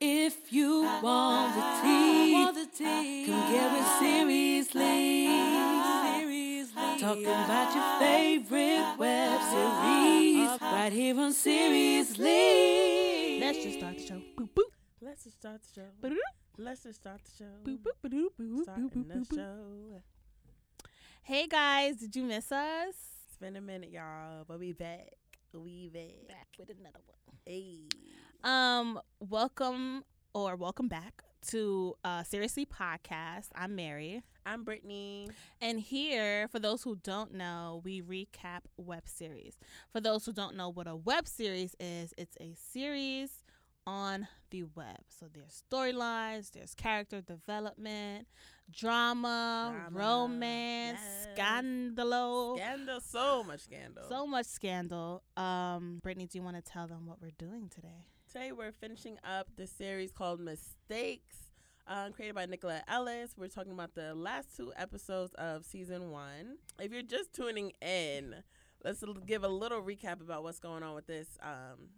If you want the tea, come get with seriously. seriously. Talking about your favorite web series right here on Seriously. Let's just start the show. Boop boop. Let's just start the show. Boop Let's just start the show. boop boop boop boop boop Starting boop the boop. show. Hey guys, did you miss us? It's been a minute, y'all, but we back. We back. with another one. Hey. Um, welcome or welcome back to uh Seriously Podcast. I'm Mary. I'm Brittany. And here, for those who don't know, we recap web series. For those who don't know what a web series is, it's a series on the web. So there's storylines, there's character development, drama, Drama, romance, love, scandalo, Scandal. So much scandal. so much scandal. Um, Brittany, do you want to tell them what we're doing today? Today we're finishing up the series called Mistakes, um, created by Nicola Ellis. We're talking about the last two episodes of season one. If you're just tuning in, let's l- give a little recap about what's going on with this um,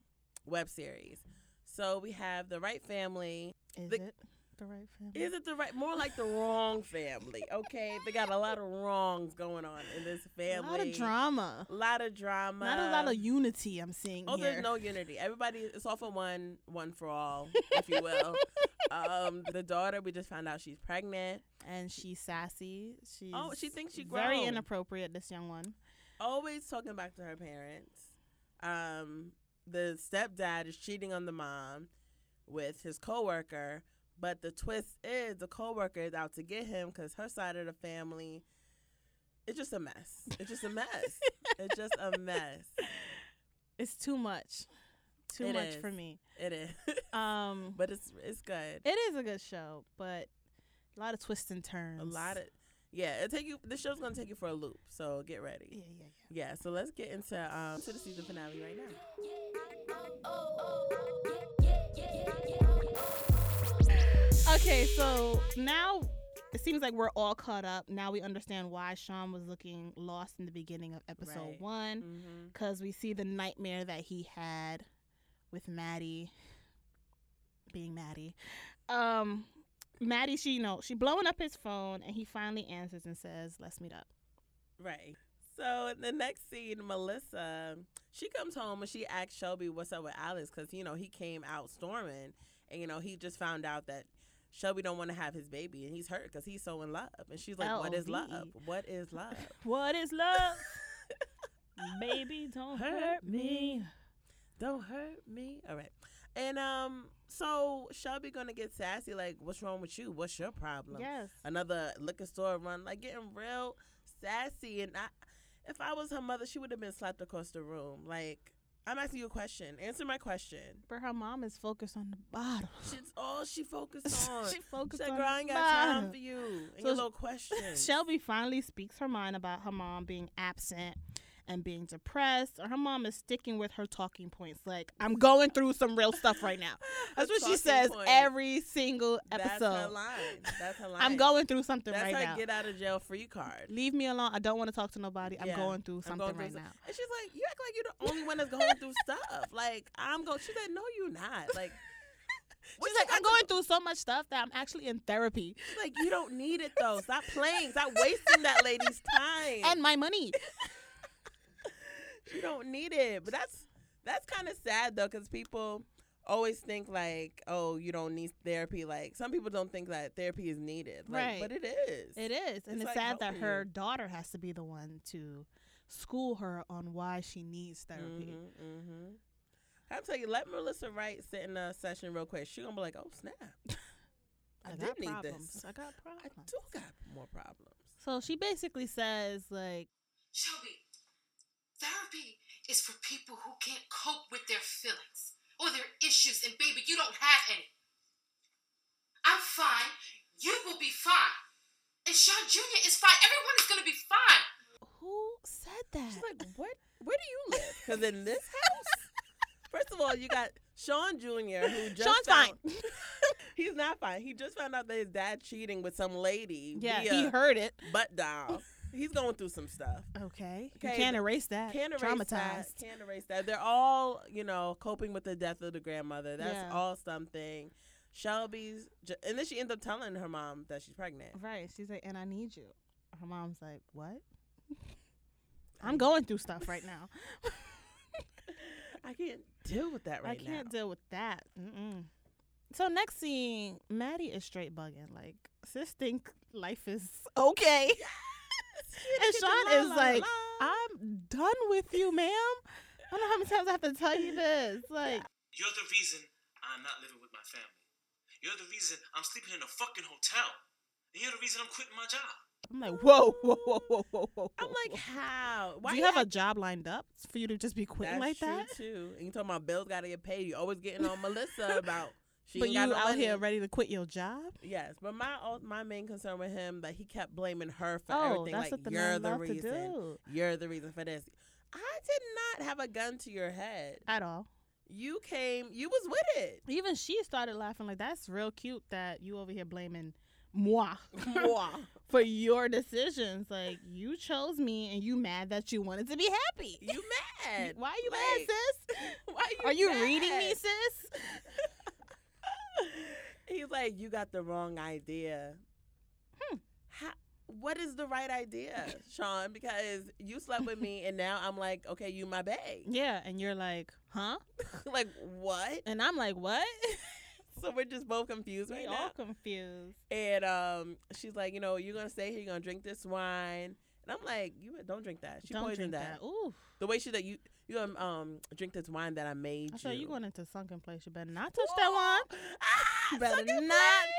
web series. So we have the right family. Is The- it the right family? Is it the right? More like the wrong family. Okay, they got a lot of wrongs going on in this a family. lot of drama. lot of drama. Not a lot of unity I'm seeing Oh, here. there's no unity. Everybody, it's all for one, one for all, if you will. um, the daughter, we just found out she's pregnant. and she's sassy. She's Oh, she thinks she very grown. inappropriate. This young one. Always talking back to her parents. Um, the stepdad is cheating on the mom with his coworker, but the twist is the coworker is out to get him because her side of the family. It's just a mess. It's just a mess. it's just a mess. It's too much, too It much for is. me. It is, Um, but it's it's good. it is a good show, but a lot of twists and turns. a lot of yeah it'll take you the show's gonna take you for a loop so get yeah, ready yeah, yeah so let's get into um to the season finale right now yeah. Okay, so now it seems like we're all caught up. Now we understand why Sean was looking lost in the beginning of episode Right. one Mm-hmm. because we see the nightmare that he had with Maddie being Maddie. Um, Maddie, she you know she blowing up his phone, and he finally answers and says, "Let's meet up." right so in the next scene melissa she comes home and she asks shelby what's up with alice because you know he came out storming and you know he just found out that shelby don't want to have his baby and he's hurt because he's so in love and she's like what is L.O.V.E.. love what is love What is love? Baby, don't hurt me. Don't hurt me. All right. And um, so Shelby gonna get sassy, like, what's wrong with you? What's your problem? Yes. Another liquor store run, like getting real sassy. And I, if I was her mother, she would have been slapped across the room. Like, I'm asking you a question. Answer my question. But her mom is focused on the bottle. She's all she focused on. she focused She's on like, girl, I the ain't got time bottle. for you. And So your sh- little questions. Shelby finally speaks her mind about her mom being absent and being depressed, or her mom is sticking with her talking points. Like, I'm going through some real stuff right now. That's Her what she talking says point. every single That's her episode. line. That's her line. I'm going through something That's right her now. get out of jail free card. Leave me alone. I don't want to talk to nobody. I'm Yeah, going through I'm something going right through now. And she's like, "You act like you're the only one that's going through stuff. Like I'm going." She's like, "No, you're not. Like, what She's you like, got I'm to going do?" through so much stuff that I'm actually in therapy She's like, you don't need it though. Stop playing. Stop wasting that lady's time. and my money. you don't need it. But that's that's kind of sad though, because people always think like, oh, you don't need therapy. Like some people don't think that therapy is needed. Like, Right. But it is. It is. And it's, It's like, sad help that me. her daughter has to be the one to school her on why she needs therapy. Mm-hmm, I'm telling you, let Melissa Wright sit in a session real quick. She gonna be like, oh snap, I, got did need problems. this. I got I problems. do got more problems. So she basically says, like, Shelby, therapy is for people who can't cope with their feelings or their issues, and baby, you don't have any. I'm fine. You will be fine. And Sean Jr. is fine. Everyone is going to be fine. who said that? She's like, what? Where do you live? Because in this house, first of all, you got Sean Jr. who just Sean's found, He's not fine. He just found out that his dad cheating with some lady. yeah, via he heard it. butt doll. He's going through some stuff. Okay. You Okay, can't but erase that. Can't erase Uh, Traumatized. that. Can't erase that. They're all, you know, coping with the death of the grandmother. That's Yeah. all something. Shelby's, ju- and then she ends up telling her mom that she's pregnant. Right. She's like, and I need you. Her mom's like, what? I'm going through stuff right now. I can't deal with that right I now. can't deal with that. Mm-mm. So next scene, Maddie is straight bugging. Like sis think life is okay. and Sean is like, I'm done with you, ma'am. I don't know how many times I have to tell you this. Like, You're the reason I'm not living with my family. You're the reason I'm sleeping in a fucking hotel. And you're the reason I'm quitting my job. I'm like, whoa, whoa, whoa, whoa, whoa, whoa. I'm whoa, like, whoa. how? do you have a job lined up for you to just be quitting That's like true that? too. And you talking about bills gotta get paid. You always getting on Melissa about she But ain't you got out no money. here ready to quit your job? Yes, but my ul- my main concern with him that he kept blaming her for oh, everything. that's like what the you're man the love reason. to do You're the reason for this. I did not have a gun to your head. at all. You came. You was with it. Even she started laughing like that's real cute that you over here blaming moi Mwah. for your decisions. Like you chose me and you mad that you wanted to be happy. you mad? Why are you Like, mad, sis? Why you Are you reading me, mad? sis? He's like, you got the wrong idea. Hmm. How, what is the right idea, Sean? Because you slept with me, and now I'm like, okay, you my bae. Yeah, and you're like, huh? like what? And I'm like, what? So we're just both confused right we now. all confused. And um, she's like, you know, you're gonna stay here, you're gonna drink this wine. And I'm like, you don't drink that. She Don't drink poisoned that. that. Ooh, The way she that you you gonna um drink this wine that I made I you. thought you going into sunken place. You better not touch that one. Ah, You better sucking not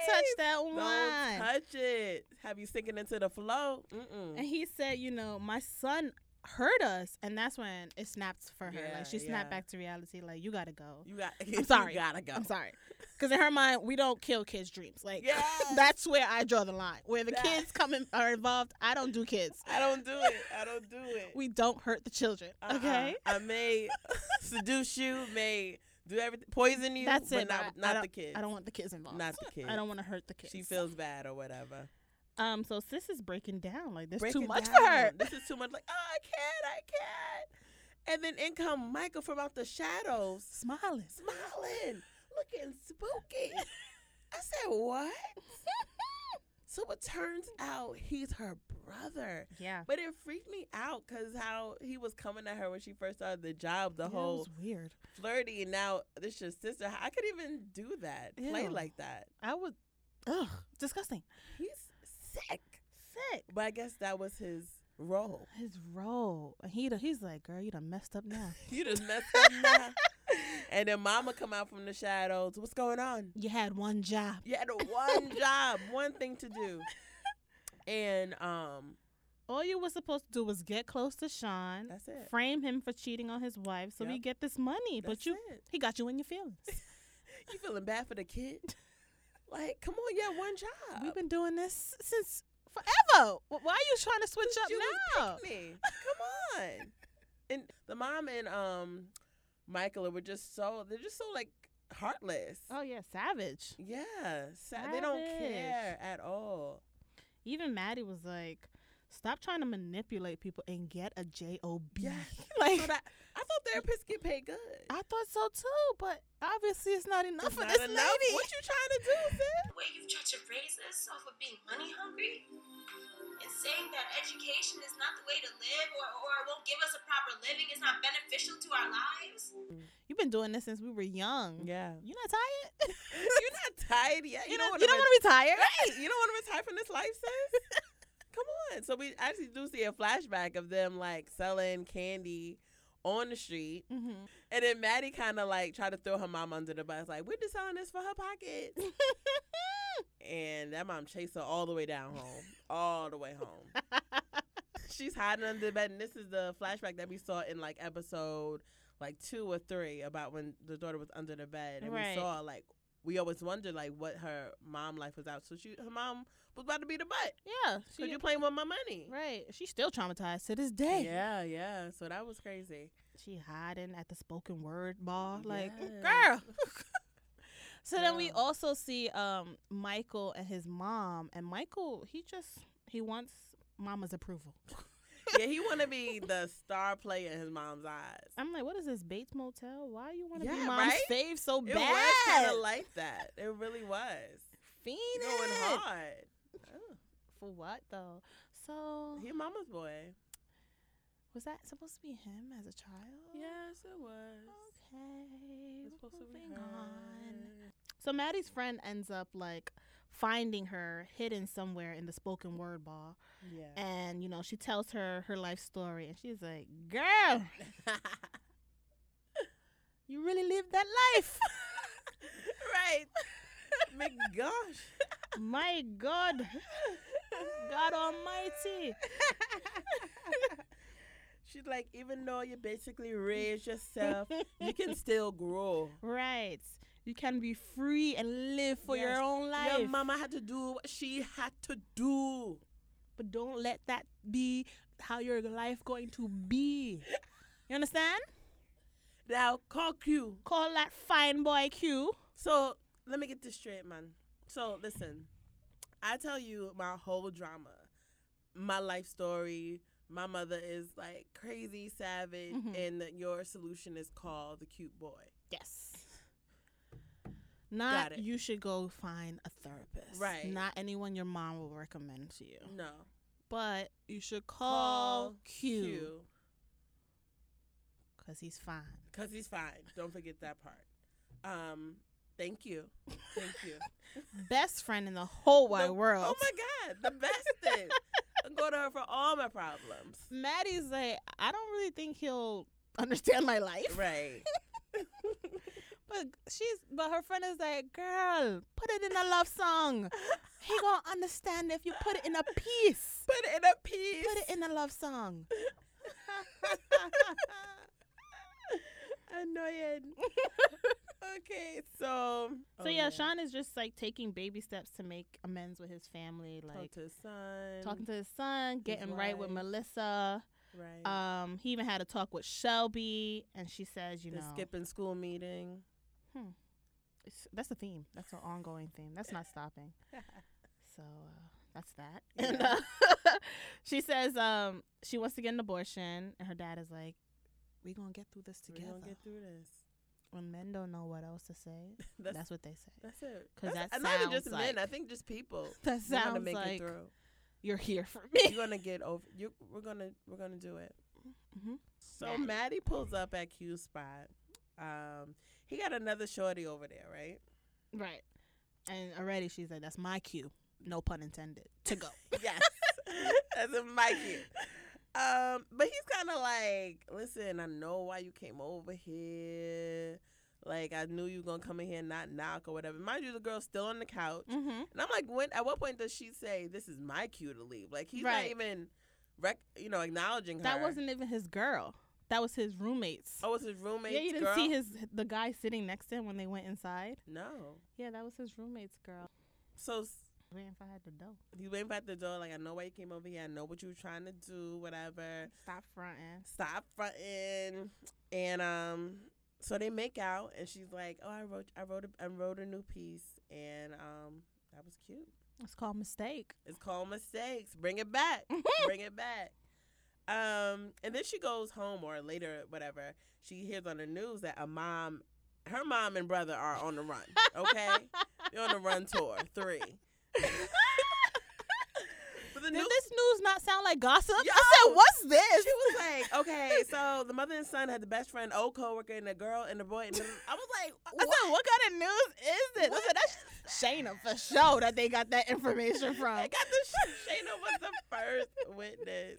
touch place. that Don't one. touch it. Have you sinking into the flow? And Mm-mm. he said, you know, my son hurt us, and that's when it snapped for her. Yeah, like she snapped yeah. back to reality. Like you gotta go. You got. I'm sorry. You gotta go. I'm sorry, because in her mind, we don't kill kids' dreams. Like Yes. that's where I draw the line. Where the That- kids come in, are involved, I don't do kids. I don't do it. I don't do it. We don't hurt the children. Uh-uh. Okay. I may seduce you. May do everything. Poison you. That's but it. Not, I- I not the don't- kids. I don't want the kids involved. Not the kids. I don't want to hurt the kids. She feels bad or whatever. Um. So sis is breaking down. Like there's Break too it much down. for her. This is too much. Like, oh, I can't, I can't. And then in come Michael from out the shadows, Smiling. smiling, looking spooky. I said, what? so it turns out he's her brother. Yeah. But it freaked me out because how he was coming at her when she first started the job, the That whole was weird. flirty, and now this your sister. I could even do that, play Ew. like that. I would. Ugh. Disgusting. He's sick. Sick. But I guess that was his role. his role. And he done- he's like, girl, you done messed up now. You just messed up now. and then mama come out from the shadows. What's going on? you had one job. You had one job, one thing to do. And um All you were supposed to do was get close to Sean, That's it. frame him for cheating on his wife, so we Yep. get this money. but That's you, it. he got you in your feelings. you feeling bad for the kid? Like, come on, you had one job. We've been doing this since forever. Wh- Why are you trying to switch up You now? was picking me. Come on. And the mom and um Michaela were just so they're just so like heartless. Oh yeah, savage. Yeah. Sad. They don't Savage. care at all. Even Maddie was like, "Stop trying to manipulate people and get a job." Yes. Like So that I thought therapists get paid good. I thought so too, but obviously it's not enough It's for not this enough. lady. What you trying to do, sis? The way you've tried to raise us off of being money hungry and saying that education is not the way to live or, or it won't give us a proper living, it's not beneficial to our lives. You've been doing this since we were young. Yeah. You not tired? You're not tired yet. you, You, don't don't, want you to don't want to be tired. You don't want to retire from this life, sis? Come on. So we actually do see a flashback of them like selling candy on the street. Mm-hmm. And then Maddie kind of like tried to throw her mom under the bus, like, we're just selling this for her pocket. and that mom chased her all the way down home, all the way home. She's hiding under the bed. And this is the flashback that we saw in like episode like two or three about when the daughter was under the bed. And Right. we saw like, we always wondered like what her mom life was out. So she, her mom was about to be the butt. yeah. Cause She, you playing with my money. right. She's still traumatized to this day. Yeah, yeah. So that was crazy. She hiding at the spoken word bar. Like, Yes. girl. so then we Yeah. also see um Michael and his mom. And Michael, he just, he wants mama's approval. yeah, he want to be the star player in his mom's eyes. I'm like, what is this Bates Motel? Why you want to be Yeah, mom's right? fave so It bad? was kind of like that. It really was. Fiend He going it. hard. Oh, for what though? So he mama's boy. was that supposed to be him as a child? Yes, it was. Okay. It's supposed to be moving her. on. So Maddie's friend ends up like finding her hidden somewhere in the spoken word ball, Yeah. and you know she tells her her life story, and she's like, "Girl, you really lived that life." right. My gosh. My God, God Almighty. She's like, even though you basically raised yourself, you can still grow. Right. You can be free and live for Yes. your own life. Your mama had to do what she had to do. But don't let that be how your life going to be. You understand? Now, call you. Call that fine boy Q. So let me get this straight, man. So listen, I tell you my whole drama, my life story. My mother is like crazy savage, Mhm. and your solution is call the cute boy. Yes. Not it. you should go find a therapist. Right. Not anyone your mom will recommend to you. No, But you should call, Q Q, because he's fine. cause he's fine. Don't forget that part. Um, thank you, thank you. Best friend in the whole wide The- world. Oh my god, the best thing. I go to her for all my problems. Maddie's like, I don't really think he'll understand my life. Right. But she's but her friend is like, girl, put it in a love song. He gonna understand if you put it in a piece. Put it in a piece. Put it in a love song. Annoying. okay, so so yeah, Sean is just like taking baby steps to make amends with his family, like talk to his son. talking to his son, getting right with wife. Melissa. right. Um, he even had a talk with Shelby, and she says, you the know, skipping school meeting. it's- that's the theme. That's an ongoing theme. That's not stopping. So uh, that's that. And, Yeah. uh, she says um, she wants to get an abortion, and her dad is like, "We gonna get through this We're together." gonna get through this. when men don't know what else to say, that's, That's that's, what they say. it. 'Cause that That's- and not even just sounds men. I like- think just people. That We're gonna sounds make like it through. you're here for me. You're gonna get over. You we're gonna we're gonna do it. Mhm. So Maddie. Maddie pulls up at Q's spot. Um, he got another shorty over there, right? right. And already she's like, "That's my cue." No pun intended. To go. yes. That's a Mikey. Um, but he's kind of like, listen, I know why you came over here. Like, I knew you gonna come in here and not knock or whatever. Mind you, the girl's still on the couch, mm-hmm. and I'm like, when? At what point does she say this is my cue to leave? Like, he's Right. not even, rec- you know, acknowledging her. That wasn't even his girl. That was his roommates. Oh, it's his roommate. yeah, you didn't girl? see his the guy sitting next to him when they went inside. No. Yeah, that was his roommate's girl. So s- Man, if I had to know. you went back the door. Like, I know why you came over here. I know what you were trying to do. Whatever. Stop fronting. stop fronting and um so they make out and she's like oh i wrote i wrote a, I wrote a new piece and um that was cute It's called mistake. it's called mistakes bring it back bring it back um and then she goes home or later whatever she hears on the news that a mom her mom and brother are on the run okay they're on the run tour three but the Did news- this news not sound like gossip? Yo! I said, what's this? she was like, okay, so the mother and son had the best friend, old coworker, and a girl and a boy. And I was like, I said, what kind of news is this? I said, that's Shayna for sure that they got that information I from. got the sh- Shayna was the first witness.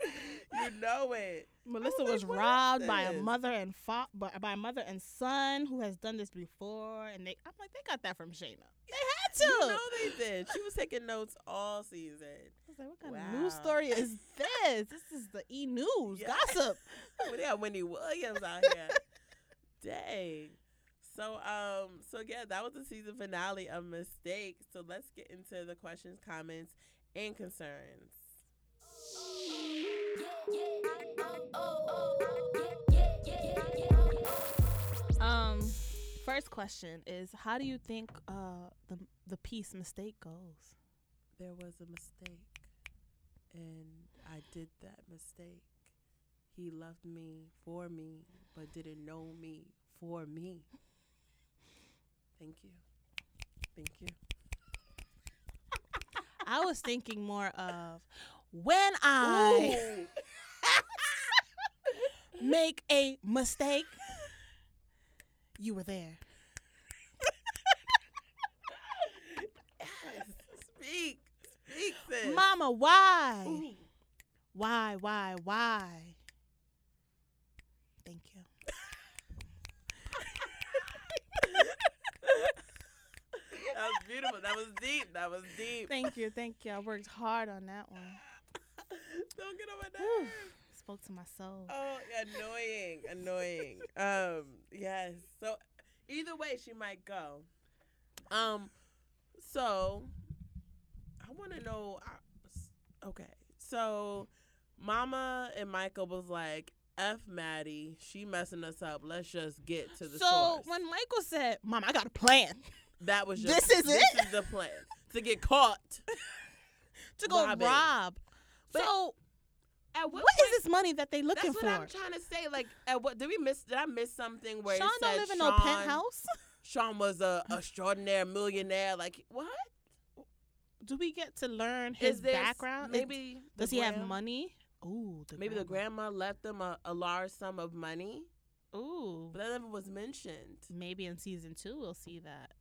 You know it. Melissa I was was like, what is robbed by a this? mother and fa- by, by a mother and son who has done this before, and they I'm like, they got that from Shayna. They had to. You know they did. She was taking notes all season. I was like, what kind of news Wow. story is this? this is the E News Yeah. gossip. Oh, they got Wendy Williams out here. Dang. So um so yeah, that was the season finale of Mistakes. So let's get into the questions, comments, and concerns. Um, first question is, how do you think uh the the piece mistake goes? there was a mistake and I did that mistake. He loved me for me, but didn't know me for me. Thank you. Thank you. I was thinking more of when I make a mistake, you were there. Speak. Speak, sis. Mama, why? Ooh. Why, why, why? Thank you. That was beautiful. That was deep. That was deep. Thank you, thank you. I worked hard on that one. Don't get on my Whew. nerves. Spoke to my soul. Oh, annoying, annoying. Um, yes. So either way, she might go. Um, so I want to know. I, okay, so Mama and Michael was like, "F Maddie, she messing us up. Let's just get to the So source." when Michael said, Mom, I got a plan that was your, This is this it? is the plan to get caught. to go Robbing. rob. But so At what is this money that they looking That's what for? I'm trying to say. Like, at what did we miss? Did I miss something where it Sean don't said live in no Sean- penthouse. Sean was a extraordinary millionaire. Like what? Do we get to learn Is his there s- background? Is- Maybe the does he have grand- money? Ooh, the Maybe the grandma left them a, a large sum of money, Ooh, but that never was mentioned. maybe in season two we'll see that.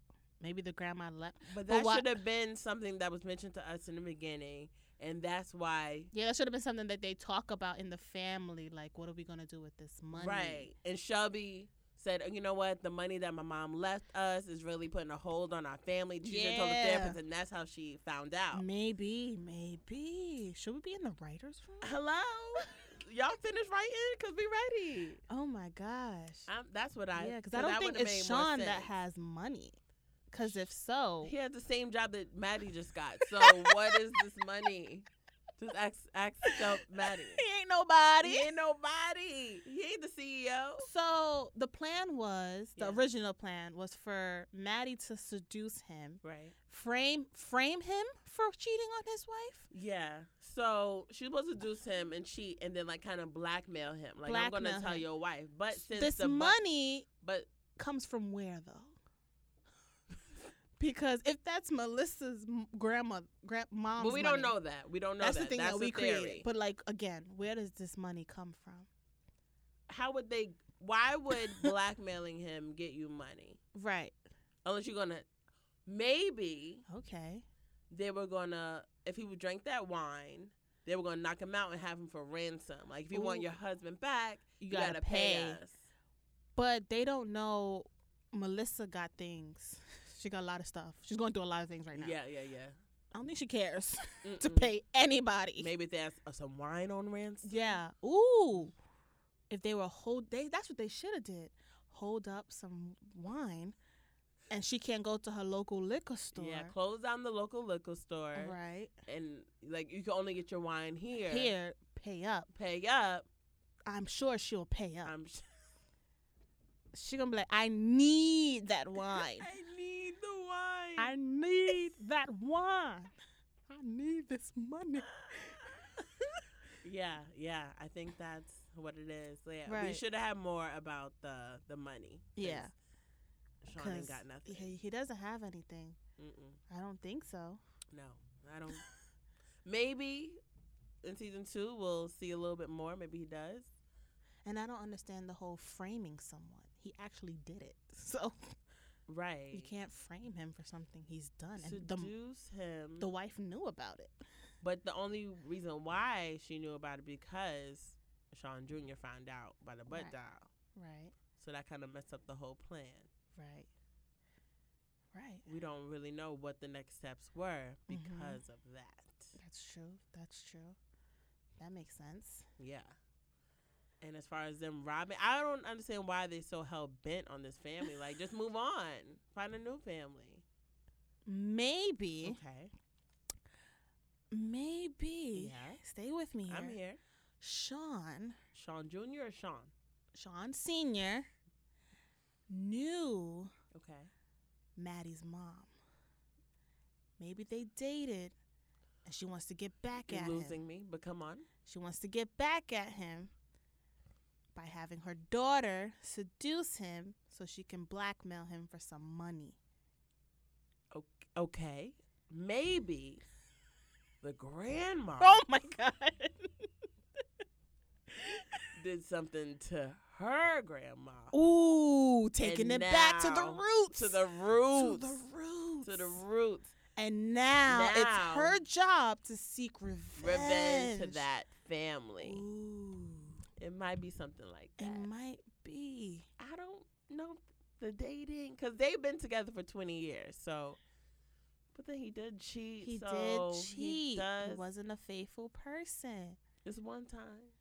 Maybe the grandma left. But But that why- should have been something that was mentioned to us in the beginning, and that's why. Yeah, that should have been something that they talk about in the family. Like, what are we gonna do with this money? Right. And Shelby said, "Oh, you know what? The money that my mom left us is really putting a hold on our family. She should have told the Yeah. therapist, and that's how she found out. Maybe, maybe. Should we be in the writers' room? Hello, y'all finished writing? Cause we ready. Oh my gosh. i that's what I. yeah, because so I don't that think would've it's made more Sean that sense. has money. Because if so, He had the same job that Maddie just got. So what is this money? Just ask, ask Shelp Maddie. ain't nobody. He ain't nobody. He ain't the E CEO. So the plan was the Yeah. original plan was for Maddie to seduce him, Right. frame frame him for cheating on his wife. Yeah. So she's supposed to deuce him and cheat, and then like kind of blackmail him. Like I'm gonna Blackmail tell him. your wife, but since this the bu- money but comes from where though? because if that's Melissa's m- grandma, grand mom's but we don't money, know that. We don't know that's that. the thing that's that we the theory. created. But like again, where does this money come from? how would they? Why would blackmailing him get you money? Right. Unless you're gonna, maybe Okay. they were gonna if he would drink that wine, they were gonna knock him out and have him for ransom. Like if you want Ooh. your husband back, You, you, gotta, pay. us. But they don't know. Melissa got things. She got a lot of stuff. She's going through a lot of things right now. Yeah, Mm. yeah, yeah. I don't think she cares to Mm-mm. pay anybody. Maybe if they ask uh, some wine on ransom. Yeah. Ooh. If they were hold, they that's what they should have did. Hold up some wine, and she can't go to her local liquor store. Yeah, close down the local liquor store, right and like you can only get your wine here. here, pay up. pay up. I'm sure she'll pay up. I'm. Sh- she gonna be like, I need that wine. I I need the wine. need that wine. I need this money. yeah, yeah. I think that's what it is. So, yeah, we Right. should have had more about the the money. 'cause Yeah, Sean ain't 'cause got nothing. He, he doesn't have anything. Mm-mm. I don't think so. No, I don't. Maybe in season two we'll see a little bit more. Maybe he does. And I don't understand the whole framing someone. He actually did it, so Right. you can't frame him for something he's done. And the seduce him. the wife knew about it. but the only reason why she knew about it because Sean Jr. found out by the butt Right. dial. Right, So that kind of messed up the whole plan. right, right. We don't really know what the next steps were Mm-hmm. because of that. That's true. That's true. That makes sense. Yeah. And as far as them robbing, I don't understand why they so hell bent on this family. Like, just move on, find a new family. Maybe, Okay. maybe. Yeah. Stay with me here. I'm here. Sean, Sean Jr. or Sean? Sean Senior, knew Okay. Maddie's mom. Maybe they dated, and she wants to get back You're at him. losing me, but come on. She wants to get back at him, by having her daughter seduce him so she can blackmail him for some money. O- Okay. Maybe the grandma Oh my god. did something to her grandma. Ooh, taking And it back to the now, roots. To the roots. To the roots. To the roots. And now, Now. it's her job to seek revenge. Revenge to that family. Ooh, It might be something like that. it might be. I don't know the dating because they've been together for 20 years. So, but then he did cheat. He so did He cheat. He does. wasn't a faithful person. It's one time.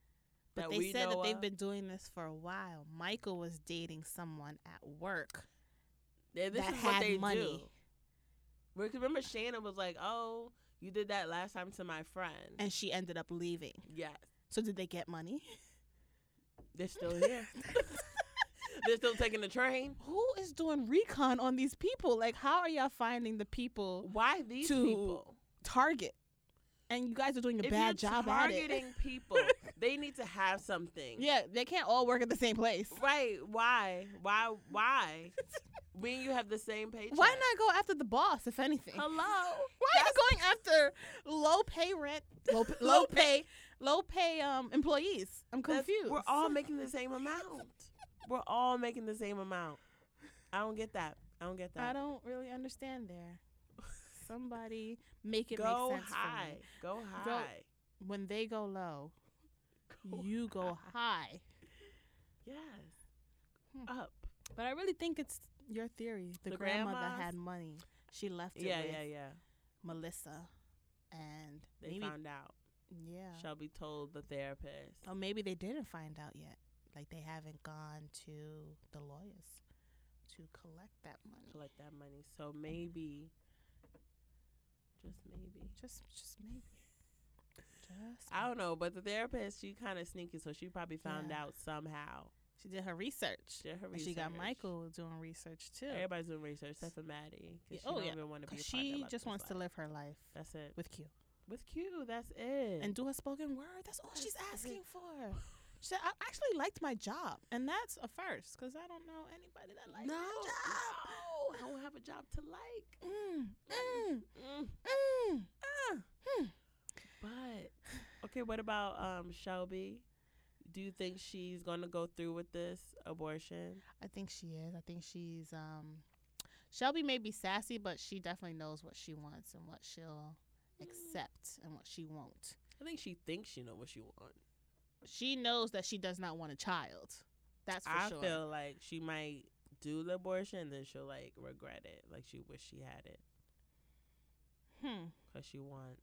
But that they we said that know they've of. been doing this for a while. Michael was dating someone at work Yeah, this that is what had they money. do. Because remember, Shannon was like, "Oh, you did that last time to my friend." and she ended up leaving. yes, So did they get money? they're still here. they're still taking the train. Who is doing recon on these people? Like, how are y'all finding the people Why these To people? target? And you guys are doing a If bad you're job at it. targeting people, they need to have something. Yeah, they can't all work at the same place. Right? Why? Why? Why? when you have the same paycheck. Why not go after the boss, if anything? Hello. Why are you going after low pay rent, low, p- low pay, low pay um employees? I'm That's- confused. We're all making the same amount. We're all making the same amount. I don't get that. I don't get that. I don't really understand there. Somebody make it go make sense high. for Go Go- high. me. When they go low, Go you go high. Yes. Hmm. Up. But I really think it's your theory. The, The grandma that grandmas? had money, she left it Yeah, with yeah, yeah. Melissa, and They maybe found out. yeah, Shelby told the therapist. or maybe they didn't find out yet. Like they haven't gone to the lawyers to collect that money. Collect that money. So maybe, just maybe. Just, just maybe. Just I don't know, but the therapist, she kind of sneaky, so she probably found Yeah. out somehow. She did her research. Did her And she got research. Michael doing research too. Everybody's doing research, except for Maddie. 'cause Yeah, She oh, don't yeah, even want to be a Because part of she Love just Is wants to Life. live her life That's it. with Q With Q, that's it. and do her spoken word. That's all she's That's it. asking for. She said, I actually liked my job. And that's a first because I don't know anybody that likes no, my no, Oh, I don't have a job to like. job. Mm, mm, Mm. mm. But okay, what about um Shelby? Do you think she's gonna go through with this abortion? I think she is. I think she's. um Shelby may be sassy, but she definitely knows what she wants and what she'll Mm. accept and what she won't. I think she thinks she know what she wants. She knows that she does not want a child. That's for I sure. feel like she might do the abortion, and then she'll like regret it, like she wish she had it, hmm. cause she want,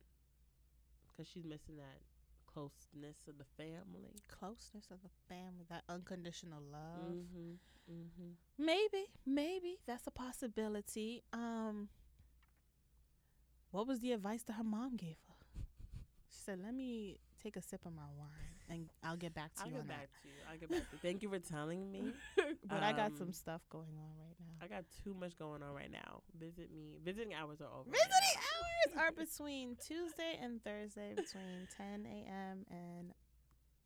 cause she's missing that closeness of the family. closeness of the family, that unconditional love. Mm-hmm. Mm-hmm. Maybe, maybe that's a possibility. Um, what was the advice that her mom gave her? She said, "Let me take a sip of my wine, and I'll get back to I'll you get on back to you. I'll get back to you. Thank you for telling me. that." but I got some Um, stuff going on right now. I got too much going on right now. Visit me. Visiting hours are over. right Visiting now. hours are between Tuesday and Thursday between 10 a.m. and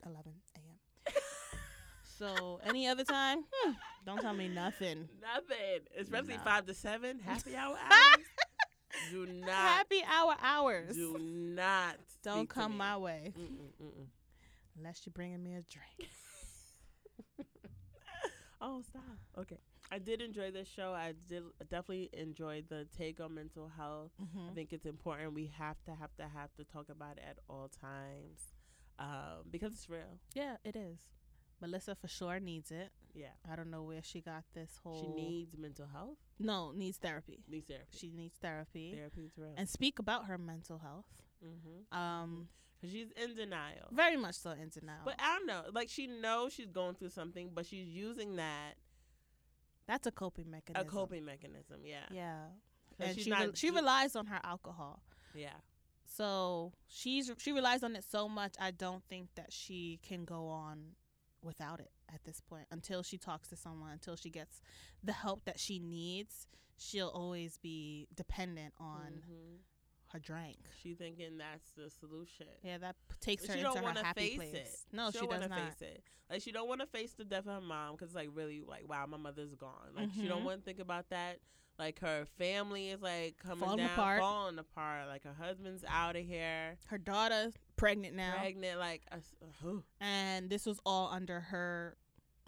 11 a.m. So any other time, hmm, don't tell me nothing. Nothing. Especially No. five to seven happy hour hours. do not. Happy hour hours. Do not. Don't speak to come me. Mm. my way Mm-mm, mm-mm. unless you're bringing me a drink. Oh, stop. Okay. I did enjoy this show. I did definitely enjoy the take on mental health. Mm-hmm. I think it's important. We have to have to have to talk about it at all times um, because it's real. Yeah, it is. Melissa for sure needs it. Yeah. I don't know where she got this whole. She needs mental health. no needs therapy. Needs therapy. Oh. She needs therapy therapy is real. and speak about her mental health. mm-hmm. Um, Cause she's in denial. very much so into now. Mm-hmm. But I don't know. Like she knows she's going through something, but she's using that that's a coping mechanism. a coping mechanism. Yeah. Yeah, 'Cause and she's she re- not she ju- relies on her alcohol. yeah. So she's she relies on it so much. I don't think that she can go on without it at this point. Until she talks to someone, until she gets the help that she needs, she'll always be dependent on Mhm. her drink. She thinking that's the solution. Yeah, that p- takes But her she into don't her want to happy face place. it. No, she, don't does wanna not. face it. Like she don't want to face the death of her mom because, like, really, like, wow, my mother's gone. Like, she Mhm. don't want to think about that. Like, her family is like coming Falling down, apart. falling apart. Like, her husband's out of here, Her daughter's pregnant now, pregnant. Like, uh, mm-hmm, and this was all under her,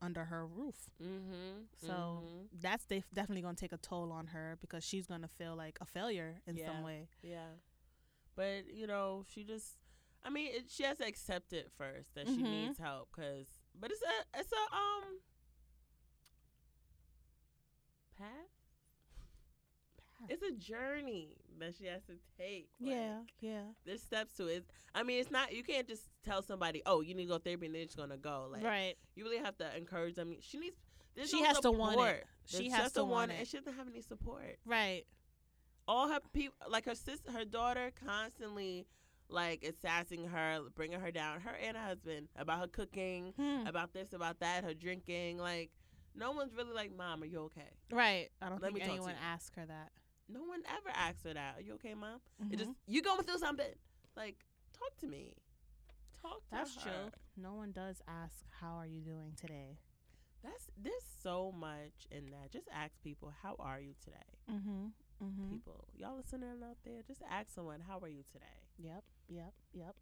under her roof. Mm-hmm. So mhm. that's def- definitely gonna take a toll on her because she's gonna feel like a failure in some Yeah. way. yeah, but you know, she just, I mean, it, she has to accept it first that she Mhm. needs help. Cause, but it's a, it's a, um, path. it's a journey that she has to take. like, yeah, yeah, There's steps to it. I mean, it's not you can't just tell somebody, "Oh, you need to go therapy," and they're just gonna go. Like, right. you really have to encourage them. She needs. There's She no has to support. want it. She There's has just to a want want it. and she doesn't have any support. Right. All her people, like her sister, her daughter, constantly like assassin her, bringing her down. Her and her husband about her cooking, Hmm. about this, about that, her drinking. Like, no one's really like, "Mom, are you okay?" Right. I don't Let me think talk to anyone you. asked her that. No one ever asks her that. Are you okay, mom? Mhm. It just you going through something. Like, talk to me. Talk to That's her. true. No one does ask, "How are you doing today?" That's there's so much in that. Just ask people, how are you today? Mm-hmm. Mm-hmm. People, y'all listening out there, just ask someone, how are you today? Yep. Yep. Yep.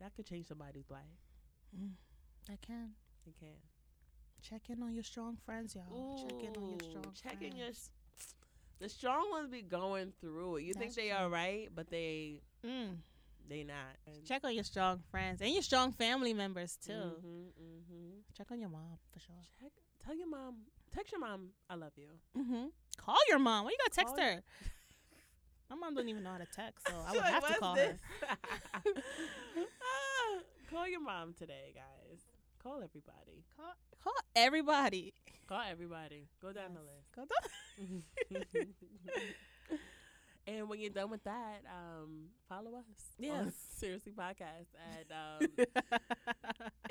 That could change somebody's life. I can It can. check in on your strong friends, y'all. Oh, check in on your Ooh, strong. check friends. in your s- the strong ones be going through it. You That's think they true. are right, but they Mm. they not. Check on your strong friends and your strong family members too. Mhm, mhm. Check on your mom for sure. Check. Tell your mom. Text your mom. I love you. Mm-hmm. Call your mom. Why you gotta text Call her? My mom don't even know how to text, so I She's would like, have to "What's call her. this?" Ah, call your mom today, guys. Call everybody. Call, call everybody. Call everybody. Go down Go do- the list. and when you're done with that, um, follow us. on Yes. Seriously Podcast at um,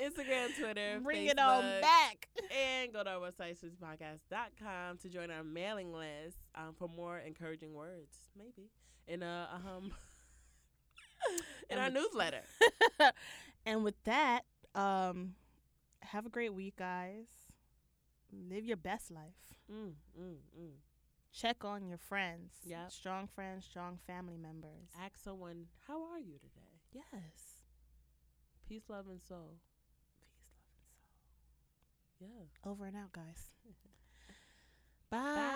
Instagram, Twitter, Bring it on Facebook, back. And go to our website, seriouslypodcast.com, to join our mailing list um, for more encouraging words, maybe, in, a, um, in And our we- newsletter. and with that, um, have a great week, guys. Live your best life. Mm, mm, mm. Check on your friends. Yep. Strong friends, strong family members. Ask someone, how are you today? Yes. Peace, love, and soul. Peace, love, and soul. Yeah. Over and out, guys. Bye.